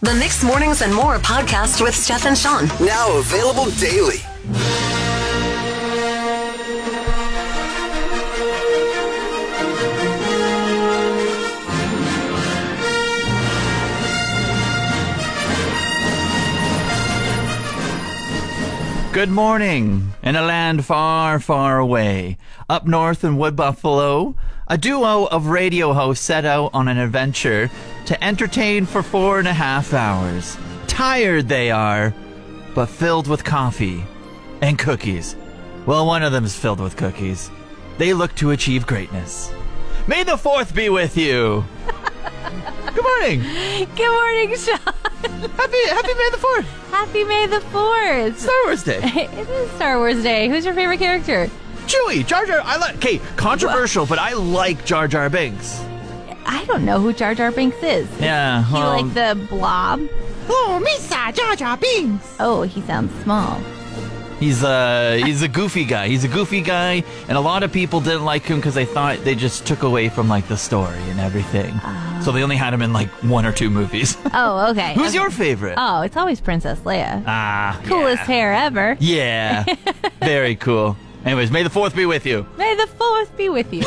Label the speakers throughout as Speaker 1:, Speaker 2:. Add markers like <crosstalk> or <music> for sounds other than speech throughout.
Speaker 1: The Mixed Mornings and More podcast with Steph and Sean.
Speaker 2: Now available daily.
Speaker 3: Good morning in a land far, far away. Up north in Wood Buffalo, a duo of radio hosts set out on an adventure to entertain for four and a half hours. Tired they are, but filled with coffee and cookies. Well, one of them's filled with cookies. They look to achieve greatness. May the fourth be with you. Good morning.
Speaker 4: Good morning, Sean.
Speaker 3: Happy, happy May the fourth.
Speaker 4: Happy May the 4th.
Speaker 3: Star Wars Day.
Speaker 4: It is Star Wars Day. Who's your favorite character?
Speaker 3: Chewie, Jar Jar. I like. Okay, controversial, but I like Jar Jar Binks.
Speaker 4: I don't know who Jar Jar Binks is.
Speaker 3: Yeah.
Speaker 4: He like the blob.
Speaker 3: Um, oh, Misa Jar Jar Binks.
Speaker 4: Oh, he sounds small.
Speaker 3: He's a he's a goofy guy. He's a goofy guy, and a lot of people didn't like him because they thought they just took away from like the story and everything.
Speaker 4: Ah.
Speaker 3: so they only had him in like one or two
Speaker 4: <laughs>
Speaker 3: movies.
Speaker 4: Oh,
Speaker 3: <laughs>
Speaker 4: okay.
Speaker 3: Who's
Speaker 4: okay.
Speaker 3: your favorite?
Speaker 4: Oh, it's always Princess Leia.
Speaker 3: ah,
Speaker 4: Coolest
Speaker 3: yeah.
Speaker 4: hair ever. <laughs>
Speaker 3: Yeah, very cool. Anyways, may the fourth be with you.
Speaker 4: May the 4th be with
Speaker 3: <laughs>
Speaker 4: you.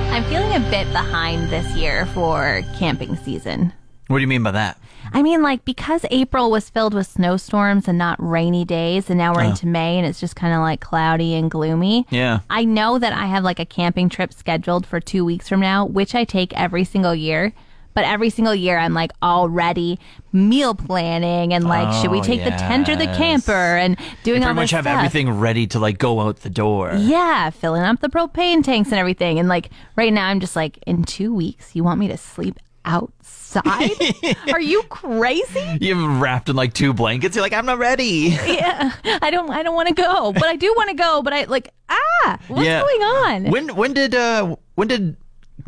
Speaker 4: I'm feeling a bit behind this year for camping season.
Speaker 3: What do you mean by that?
Speaker 4: I mean, like, because April was filled with snowstorms and not rainy days, and now we're into May and it's just kind of like cloudy and gloomy.
Speaker 3: Oh. Yeah.
Speaker 4: I know that I have like a camping trip scheduled for two weeks from now, which I take every single year. But every single year, I'm like already meal planning and like, should we
Speaker 3: Oh,
Speaker 4: take the tent or the
Speaker 3: yes.
Speaker 4: camper and doing
Speaker 3: Pretty
Speaker 4: all
Speaker 3: much
Speaker 4: this
Speaker 3: have
Speaker 4: stuff.
Speaker 3: everything ready to like go out the door.
Speaker 4: Yeah, filling up the propane tanks and everything. And like right now, I'm just like, in two weeks, you want me to sleep
Speaker 3: <laughs>
Speaker 4: outside? Are you crazy?
Speaker 3: You're wrapped in like two blankets. You're like, I'm not ready.
Speaker 4: I don't I don't want to go, but I do want to go, but I like ah, what's going on?
Speaker 3: When when did uh when did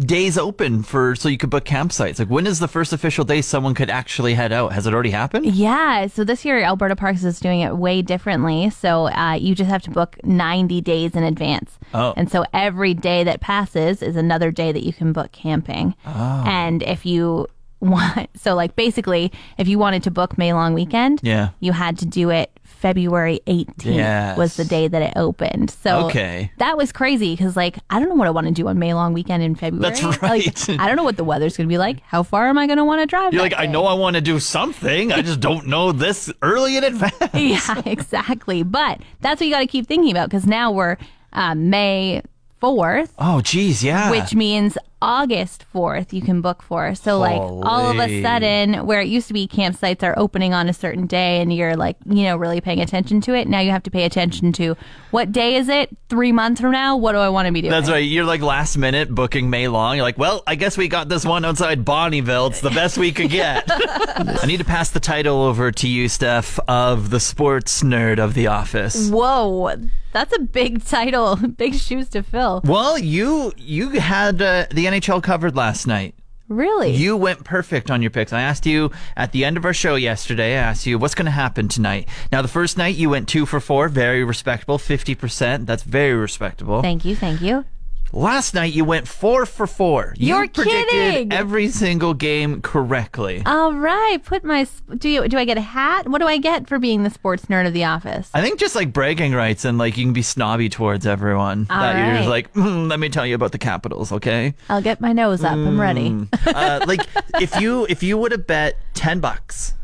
Speaker 3: days open for so you could book campsites? Like when is the first official day someone could actually head out? Has it already happened?
Speaker 4: yeah, so this year Alberta Parks is doing it way differently. So uh, you just have to book 90 days in advance.
Speaker 3: Oh.
Speaker 4: And so every day that passes is another day that you can book camping.
Speaker 3: Oh.
Speaker 4: And if you want, <laughs> so like basically, if you wanted to book May long weekend,
Speaker 3: Yeah.
Speaker 4: you had to do it February 18th was
Speaker 3: Yes.
Speaker 4: the day that it opened. So
Speaker 3: Okay.
Speaker 4: that was crazy because like I don't know what I want to do on May long weekend in February.
Speaker 3: That's
Speaker 4: Like,
Speaker 3: right.
Speaker 4: I don't know what the weather's going to be like. How far am I going to want to drive?
Speaker 3: You're
Speaker 4: that
Speaker 3: like, I
Speaker 4: day?"
Speaker 3: know I want to do something. I just don't know this early in advance.
Speaker 4: <laughs> yeah, exactly. But that's what you got to keep thinking about because now we're uh, May 4th,
Speaker 3: Oh, geez, yeah.
Speaker 4: which means August 4th you can book for. So, like, all of a
Speaker 3: Holy.
Speaker 4: sudden, where it used to be campsites are opening on a certain day and you're like, you know, really paying attention to it. Now you have to pay attention to what day is it? Three months from now? What do I want to be doing?
Speaker 3: That's right. You're like last minute booking May long. You're like, well, I guess we got this one outside Bonneville. It's the best we could
Speaker 4: <laughs>
Speaker 3: get. I need to pass the title over to you, Steph, of the sports nerd of the
Speaker 4: Mm.
Speaker 3: office.
Speaker 4: Whoa, that's a big title, <laughs> big shoes to fill.
Speaker 3: Well, you you had uh, the NHL covered last night.
Speaker 4: Really?
Speaker 3: You went perfect on your picks. I asked you at the end of our show yesterday. I asked you what's going to happen tonight. Now, the first night you went two for four, very respectable, fifty percent. That's very respectable.
Speaker 4: thank you, thank you.
Speaker 3: Last night you went four for four.
Speaker 4: You're
Speaker 3: you predicted
Speaker 4: kidding!
Speaker 3: every single game correctly.
Speaker 4: All right, put my sp- do you do I get a hat? What do I get for being the sports nerd of the office?
Speaker 3: I think just like bragging rights and like you can be snobby towards everyone. that you're just
Speaker 4: right.
Speaker 3: like, "Mm, let me tell you about the Capitals, okay?
Speaker 4: I'll get my nose up. I'm ready.
Speaker 3: uh, like if you if you would have bet ten bucks,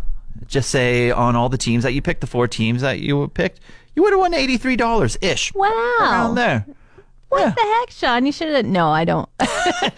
Speaker 3: just say on all the teams that you picked, the four teams that you picked, you would have won eighty three dollars ish.
Speaker 4: <laughs> Wow.
Speaker 3: Around there.
Speaker 4: What the heck, Sean? You should have. No, I don't. <laughs>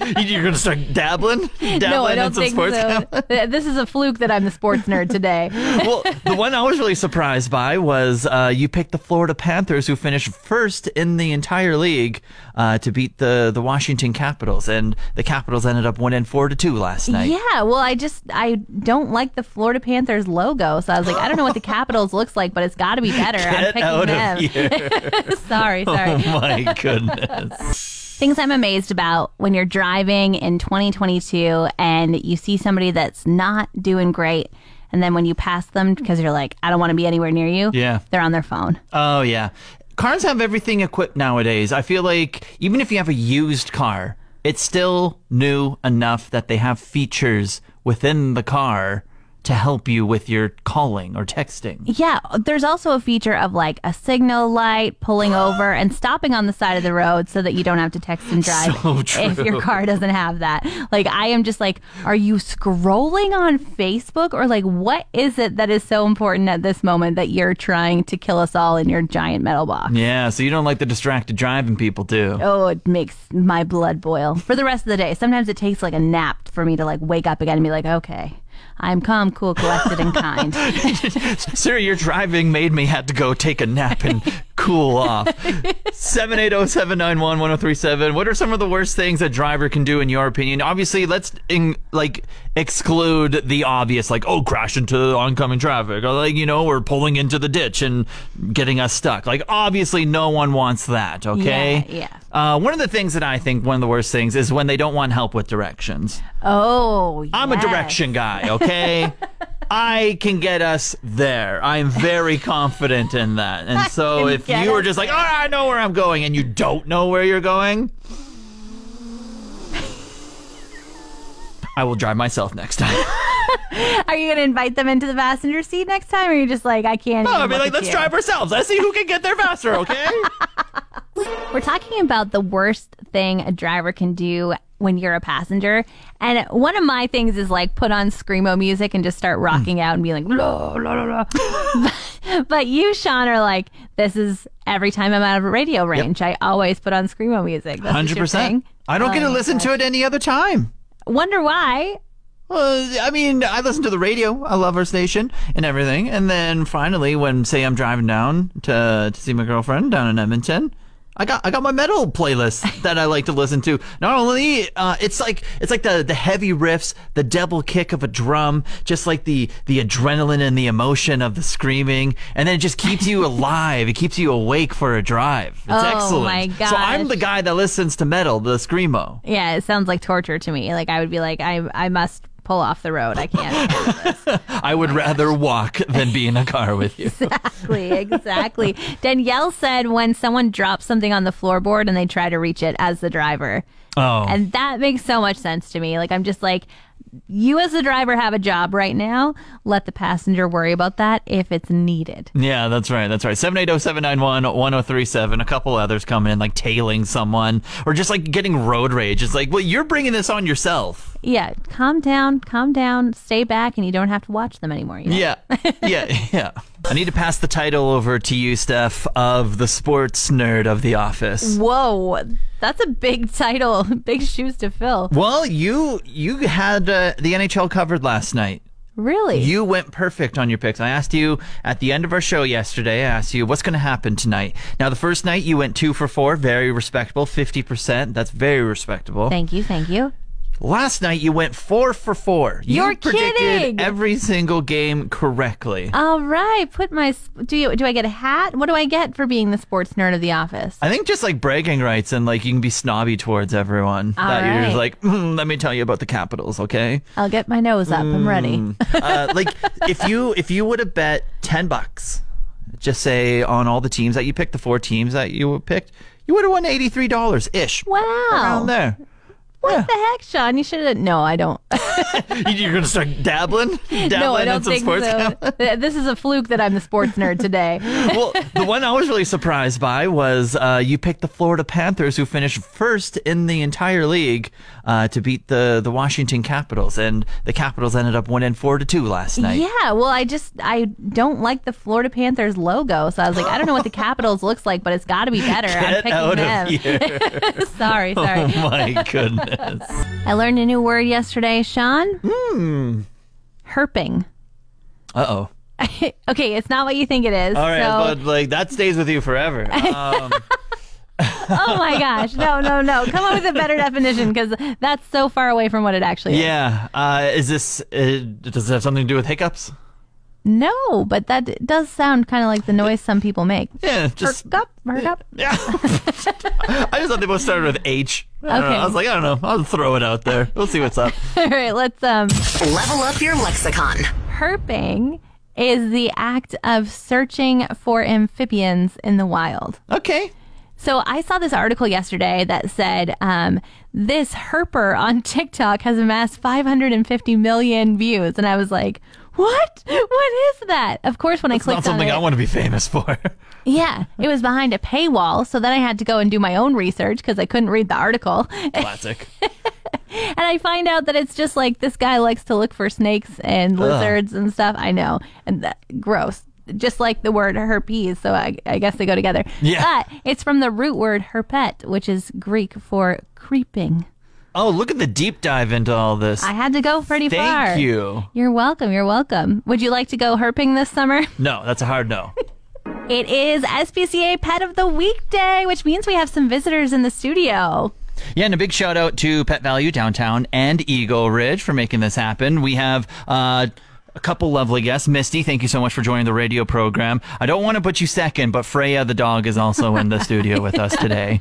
Speaker 3: You- You're gonna start dabbling, dabbling
Speaker 4: no, I
Speaker 3: in
Speaker 4: don't
Speaker 3: some
Speaker 4: think
Speaker 3: sports.
Speaker 4: so.
Speaker 3: gambling?
Speaker 4: <laughs> Th- this is a fluke that I'm the sports nerd today.
Speaker 3: <laughs> well, the one I was really surprised by was uh, you picked the Florida Panthers, who finished first in the entire league, uh, to beat the the Washington Capitals, and the Capitals ended up winning four to two last night.
Speaker 4: Yeah, well, I just I don't like the Florida Panthers logo, so I was like, I don't know what the Capitals looks like, but it's got to be better. I'm
Speaker 3: <laughs> Get
Speaker 4: picking
Speaker 3: out
Speaker 4: them.
Speaker 3: of here!
Speaker 4: <laughs>
Speaker 3: <laughs>
Speaker 4: sorry, sorry.
Speaker 3: oh my goodness.
Speaker 4: Things I'm amazed about when you're driving in 2022 and you see somebody that's not doing great. And then when you pass them, because you're like, I don't want to be anywhere near you.
Speaker 3: Yeah.
Speaker 4: They're on their phone.
Speaker 3: Oh yeah, cars have everything equipped nowadays. I feel like even if you have a used car, it's still new enough that they have features within the car to help you with your calling or texting.
Speaker 4: <laughs> Yeah, there's also a feature of like a signal light,
Speaker 3: <gasps>
Speaker 4: pulling over, and stopping on the side of the road so that you don't have to text and drive
Speaker 3: So <laughs> true.
Speaker 4: if your car doesn't have that. Like, I am just like, are you scrolling on Facebook or like what is it that is so important at this moment that you're trying to kill us all in your giant metal box?
Speaker 3: Yeah, so you don't like the distracted driving people, do?
Speaker 4: Oh, it makes my blood boil for the rest of the day. Sometimes it takes like a nap for me to like wake up again and be like, okay, I'm calm, cool, collected, and
Speaker 3: <laughs>
Speaker 4: kind.
Speaker 3: Sir, your driving made me had to go take a nap and cool off. 780-791-1037. What are some of the worst things a driver can do in your opinion? Obviously, let's in, like exclude the obvious like oh crash into oncoming traffic or like you know, or pulling into the ditch and getting us stuck. Like obviously no one wants that, okay?
Speaker 4: Yeah,
Speaker 3: yeah. Uh, one of the things that I think one of the worst things is when they don't want help with directions.
Speaker 4: Oh,
Speaker 3: I'm a
Speaker 4: yes.
Speaker 3: direction guy,
Speaker 4: <laughs>
Speaker 3: okay? I can get us there. I'm very confident in that. And so
Speaker 4: can
Speaker 3: if
Speaker 4: get
Speaker 3: you were
Speaker 4: us
Speaker 3: just like, all right, I know where I'm going, and you don't know where you're going, I will drive myself next time.
Speaker 4: <laughs> Are you going to invite them into the passenger seat next time, or are you just like, I can't?
Speaker 3: I
Speaker 4: even
Speaker 3: mean,
Speaker 4: look
Speaker 3: like,
Speaker 4: at
Speaker 3: let's
Speaker 4: you?
Speaker 3: drive ourselves. Let's see who can get there faster,
Speaker 4: <laughs>
Speaker 3: okay?
Speaker 4: We're talking about the worst thing a driver can do when you're a passenger, and one of my things is like put on screamo music and just start rocking out and be like, la la la la. but, <laughs> but you, Sean, are like, this is every time I'm out of radio range. I always put on screamo music. That's just your
Speaker 3: 100%.
Speaker 4: thing. Um,
Speaker 3: I don't get to listen to it any other time.
Speaker 4: Wonder why?
Speaker 3: Well, I mean, I listen to the radio. I love our station and everything. And then finally, when say I'm driving down to to see my girlfriend down in Edmonton, I got I got my metal playlist <laughs> that I like to listen to. Not only uh, it's like it's like the the heavy riffs, the double kick of a drum, just like the the adrenaline and the emotion of the screaming, and then it just keeps
Speaker 4: <laughs>
Speaker 3: you alive. It keeps you awake for a drive. It's
Speaker 4: Oh,
Speaker 3: excellent.
Speaker 4: my
Speaker 3: So I'm
Speaker 4: gosh.
Speaker 3: the guy that listens to metal, the screamo.
Speaker 4: Yeah, it sounds like torture to me. Like I would be like, I I must pull off the road. I can't.
Speaker 3: I
Speaker 4: Oh
Speaker 3: would rather walk than be in a car with you.
Speaker 4: Exactly, exactly. Danielle said when someone drops something on the floorboard and they try to reach it as the driver.
Speaker 3: Oh.
Speaker 4: And that makes so much sense to me. Like, I'm just like, you as the driver have a job right now. Let the passenger worry about that if it's needed.
Speaker 3: Yeah, that's right. That's right. oh, 780-791-1037. A couple others come in, like tailing someone or just like getting road rage. It's like, well, you're bringing this on yourself.
Speaker 4: Yeah, calm down, calm down, stay back, and you don't have to watch them anymore. you know?
Speaker 3: Yeah. Yeah. Yeah. I need to pass the title over to you, Steph, of the sports nerd of the
Speaker 4: Mm.
Speaker 3: office.
Speaker 4: Whoa, that's a big title, <laughs> big shoes to fill.
Speaker 3: Well, you you had uh, the NHL covered last night.
Speaker 4: Really?
Speaker 3: You went perfect on your picks. I asked you at the end of our show yesterday, I asked you what's going to happen tonight. Now, the first night you went two for four, very respectable, 50%. That's very respectable.
Speaker 4: thank you, thank you.
Speaker 3: Last night you went four for four. You
Speaker 4: You're
Speaker 3: predicted
Speaker 4: kidding.
Speaker 3: every single game correctly.
Speaker 4: All right, put my sp- do you do I get a hat? What do I get for being the sports nerd of the office?
Speaker 3: I think just like bragging rights and like you can be snobby towards everyone. that you're just
Speaker 4: right.
Speaker 3: like, "Mm, let me tell you about the Capitals, okay?
Speaker 4: I'll get my nose up. I'm ready.
Speaker 3: uh, like if you if you would have bet ten bucks, just say on all the teams that you picked, the four teams that you picked, you would have won eighty three dollars ish.
Speaker 4: <laughs> Wow.
Speaker 3: around there.
Speaker 4: What the heck, Sean? You should have. No, I don't.
Speaker 3: You- You're gonna start dabbling, dabbling
Speaker 4: <laughs> no, I
Speaker 3: in
Speaker 4: don't
Speaker 3: some
Speaker 4: think
Speaker 3: sports.
Speaker 4: so.
Speaker 3: gambling?
Speaker 4: <laughs> Th- this is a fluke that I'm the sports
Speaker 3: <laughs>
Speaker 4: nerd today.
Speaker 3: well, the one I was really surprised by was uh, you picked the Florida Panthers, who finished first in the entire league, uh, to beat the the Washington Capitals, and the Capitals ended up winning four to two last night.
Speaker 4: yeah. Well, I just I don't like the Florida Panthers logo, so I was like, I don't
Speaker 3: <laughs>
Speaker 4: know what the Capitals looks like, but it's got to be better. I'm
Speaker 3: Get
Speaker 4: picking
Speaker 3: out
Speaker 4: them.
Speaker 3: of here!
Speaker 4: <laughs>
Speaker 3: <laughs>
Speaker 4: sorry, sorry.
Speaker 3: oh my goodness.
Speaker 4: <laughs> I learned a new word yesterday, Sean. Hmm. Herping. <laughs>
Speaker 3: Uh oh.
Speaker 4: okay, it's not what you think it is.
Speaker 3: All right,
Speaker 4: so-
Speaker 3: but like that stays with you
Speaker 4: <laughs>
Speaker 3: forever. Um,
Speaker 4: Oh
Speaker 3: <laughs>
Speaker 4: my gosh. No, no, no. Come up with a better definition because that's so far away from what it actually is.
Speaker 3: yeah, uh, is this uh, does it have something to do with hiccups?
Speaker 4: No, but that d- does sound kind of like the noise some
Speaker 3: <laughs>
Speaker 4: people make.
Speaker 3: Yeah, just
Speaker 4: Herk up, herk up.
Speaker 3: yeah. <laughs> I just thought they both started with H. I, don't know.
Speaker 4: Okay.
Speaker 3: I was like, I don't know. I'll throw it out there. We'll see
Speaker 4: <laughs>
Speaker 3: what's up.
Speaker 4: All right, let's um
Speaker 1: Level up your lexicon.
Speaker 4: herping is the act of searching for amphibians in the wild.
Speaker 3: Okay.
Speaker 4: So I saw this article yesterday that said um, <laughs> this herper on TikTok has amassed 550 million views, and I was like, what? What is that? Of course, when I clicked
Speaker 3: Not
Speaker 4: on
Speaker 3: something
Speaker 4: it,
Speaker 3: I want to be famous
Speaker 4: <laughs>
Speaker 3: for.
Speaker 4: yeah, it was behind a paywall. So then I had to go and do my own research because I couldn't read the article. <laughs>
Speaker 3: Classic.
Speaker 4: And I find out that it's just like this guy likes to look for snakes and lizards and stuff. I know. And that, gross. Just like the word herpes. So I, I guess they go together.
Speaker 3: Yeah.
Speaker 4: But it's from the root word herpet, which is Greek for creeping.
Speaker 3: Oh, look at the deep dive into all this.
Speaker 4: I had to go pretty
Speaker 3: Thank
Speaker 4: far.
Speaker 3: you.
Speaker 4: You're welcome. You're welcome. Would you like to go herping this summer? <laughs>
Speaker 3: No, that's a hard no.
Speaker 4: It is SPCA Pet of the Weekday, which means we have some visitors in the studio.
Speaker 3: Yeah, and a big shout out to Pet Value Downtown and Eagle Ridge for making this happen. We have uh, a couple lovely guests. Misty, thank you so much for joining the radio program. I don't want to put you second, but Freya the dog is also in the studio with us today.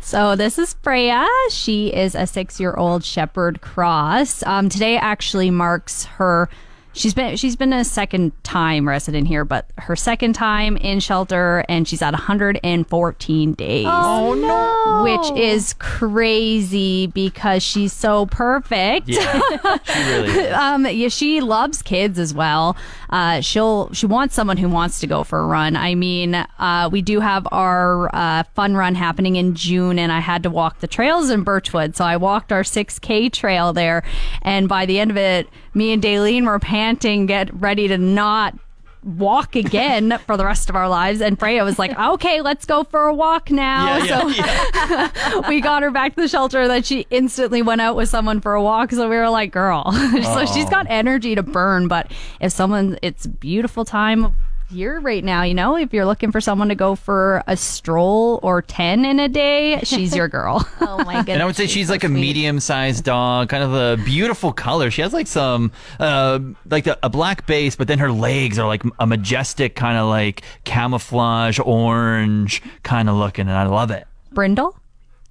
Speaker 5: So this is Freya. She is a six-year-old Shepherd Cross. Um, today actually marks her. She's been she's been a second time resident here, but her second time in shelter, and she's at 114 days.
Speaker 4: Oh, no.
Speaker 5: Which is crazy because she's so perfect.
Speaker 3: Yeah, she really is.
Speaker 5: Um, yeah, she loves kids as well. Uh, she'll she wants someone who wants to go for a run. I mean, uh, we do have our uh, fun run happening in June, and I had to walk the trails in Birchwood, so I walked our 6K trail there, and by the end of it, me and Daleen were panting, get ready to not walk again for the rest of our lives and Freya was like okay let's go for a walk now
Speaker 3: Yeah, yeah,
Speaker 5: so
Speaker 3: yeah.
Speaker 5: we got her back to the shelter and then she instantly went out with someone for a walk so we were like girl <laughs> so she's got energy to burn but if someone it's a beautiful time of year right now you know if you're looking for someone to go for a stroll or 10 in a day she's your girl
Speaker 4: Oh, <laughs> my goodness.
Speaker 3: And I would say she's like a medium-sized dog, kind of a beautiful color. She has like some, uh, like a, a black base, but then her legs are like a majestic kind of like camouflage orange kind of looking, and I love it.
Speaker 5: brindle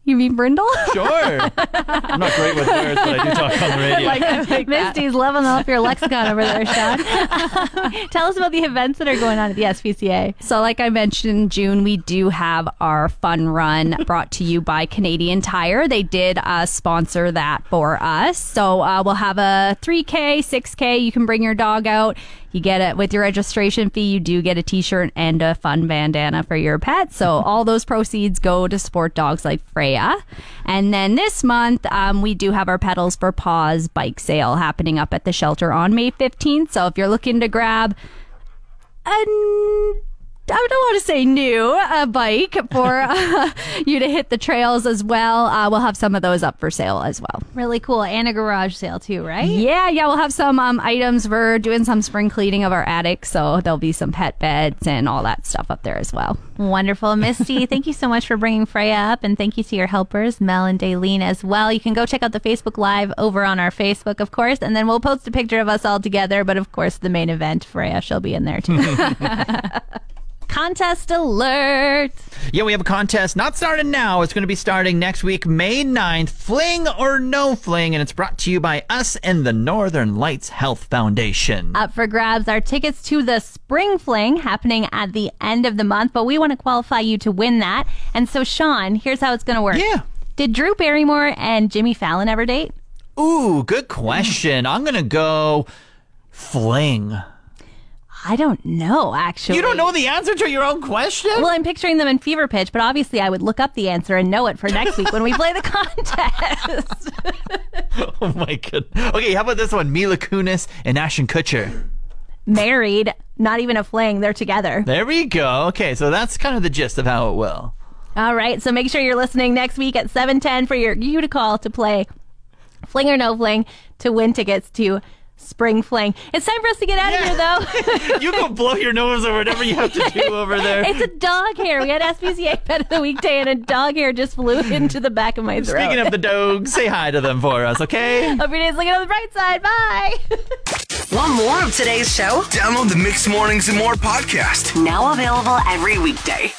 Speaker 5: you mean brindle
Speaker 3: Sure. I'm not great with words, but I do talk on the radio.
Speaker 5: <laughs>
Speaker 4: Misty's leveling up your lexicon over there, Sean. <laughs> Tell us about the events that are going on at the SPCA.
Speaker 5: So, like I mentioned in June, we do have our fun run brought to you by Canadian Tire. They did uh, sponsor that for us. So, uh, we'll have a 3K, 6K. You can bring your dog out. You get it with your registration fee. You do get a t shirt and a fun bandana for your pet. So, all those proceeds go to support dogs like Freya. And then this month, um, we do have our Pedals for Paws bike sale happening up at the shelter on May 15th. So, if you're looking to grab an I don't want to say new a bike for uh, you to hit the trails as well. Uh, we'll have some of those up for sale as well.
Speaker 4: Really cool. And a garage sale, too, right?
Speaker 5: Yeah, yeah, we'll have some um, items. We're doing some spring cleaning of our attic, so there'll be some pet beds and all that stuff up there as well.
Speaker 4: Wonderful. <laughs> Misty, thank you so much for bringing Freya up. And thank you to your helpers, Mel and Daleen, as well. You can go check out the Facebook Live over on our Facebook, of course. And then we'll post a picture of us all together. But of course, the main event, Freya, she'll be in there, <laughs> too. Contest alert.
Speaker 3: Yeah, we have a contest not starting now. It's going to be starting next week, May 9th. Fling or no fling. And it's brought to you by us and the Northern Lights Health Foundation.
Speaker 4: Up for grabs are tickets to the Spring Fling happening at the end of the month, but we want to qualify you to win that. And so, Sean, here's how it's going to work.
Speaker 3: Yeah.
Speaker 4: Did Drew Barrymore and Jimmy Fallon ever date?
Speaker 3: Ooh, good question. I'm going to go fling.
Speaker 4: I don't know, actually.
Speaker 3: You don't know the answer to your own question?
Speaker 4: Well, I'm picturing them in fever pitch, but obviously I would look up the answer and know it for next week when we play the <laughs> contest.
Speaker 3: <laughs> oh my goodness. Okay, how about this one? Mila Kunis and Ashton Kutcher.
Speaker 4: Married, not even a fling, they're together.
Speaker 3: There we go. Okay, so that's kind of the gist of how it will.
Speaker 4: All right, so make sure you're listening next week at 7:10 for your you to call to play Fling or No Fling to win tickets to Spring Fling. It's time for us to get out of here though.
Speaker 3: You go blow your nose or whatever you have to do over there.
Speaker 4: <laughs> it's a dog hair. We had SPCA pet of the weekday and a dog hair just flew <laughs> into the back of my throat.
Speaker 3: Speaking of the dogs, say hi to them for us, okay?
Speaker 4: Hope your day's looking on the bright side. Bye.
Speaker 1: Want more of today's show?
Speaker 2: Download the Mixed Mornings and More podcast.
Speaker 1: Now available every weekday.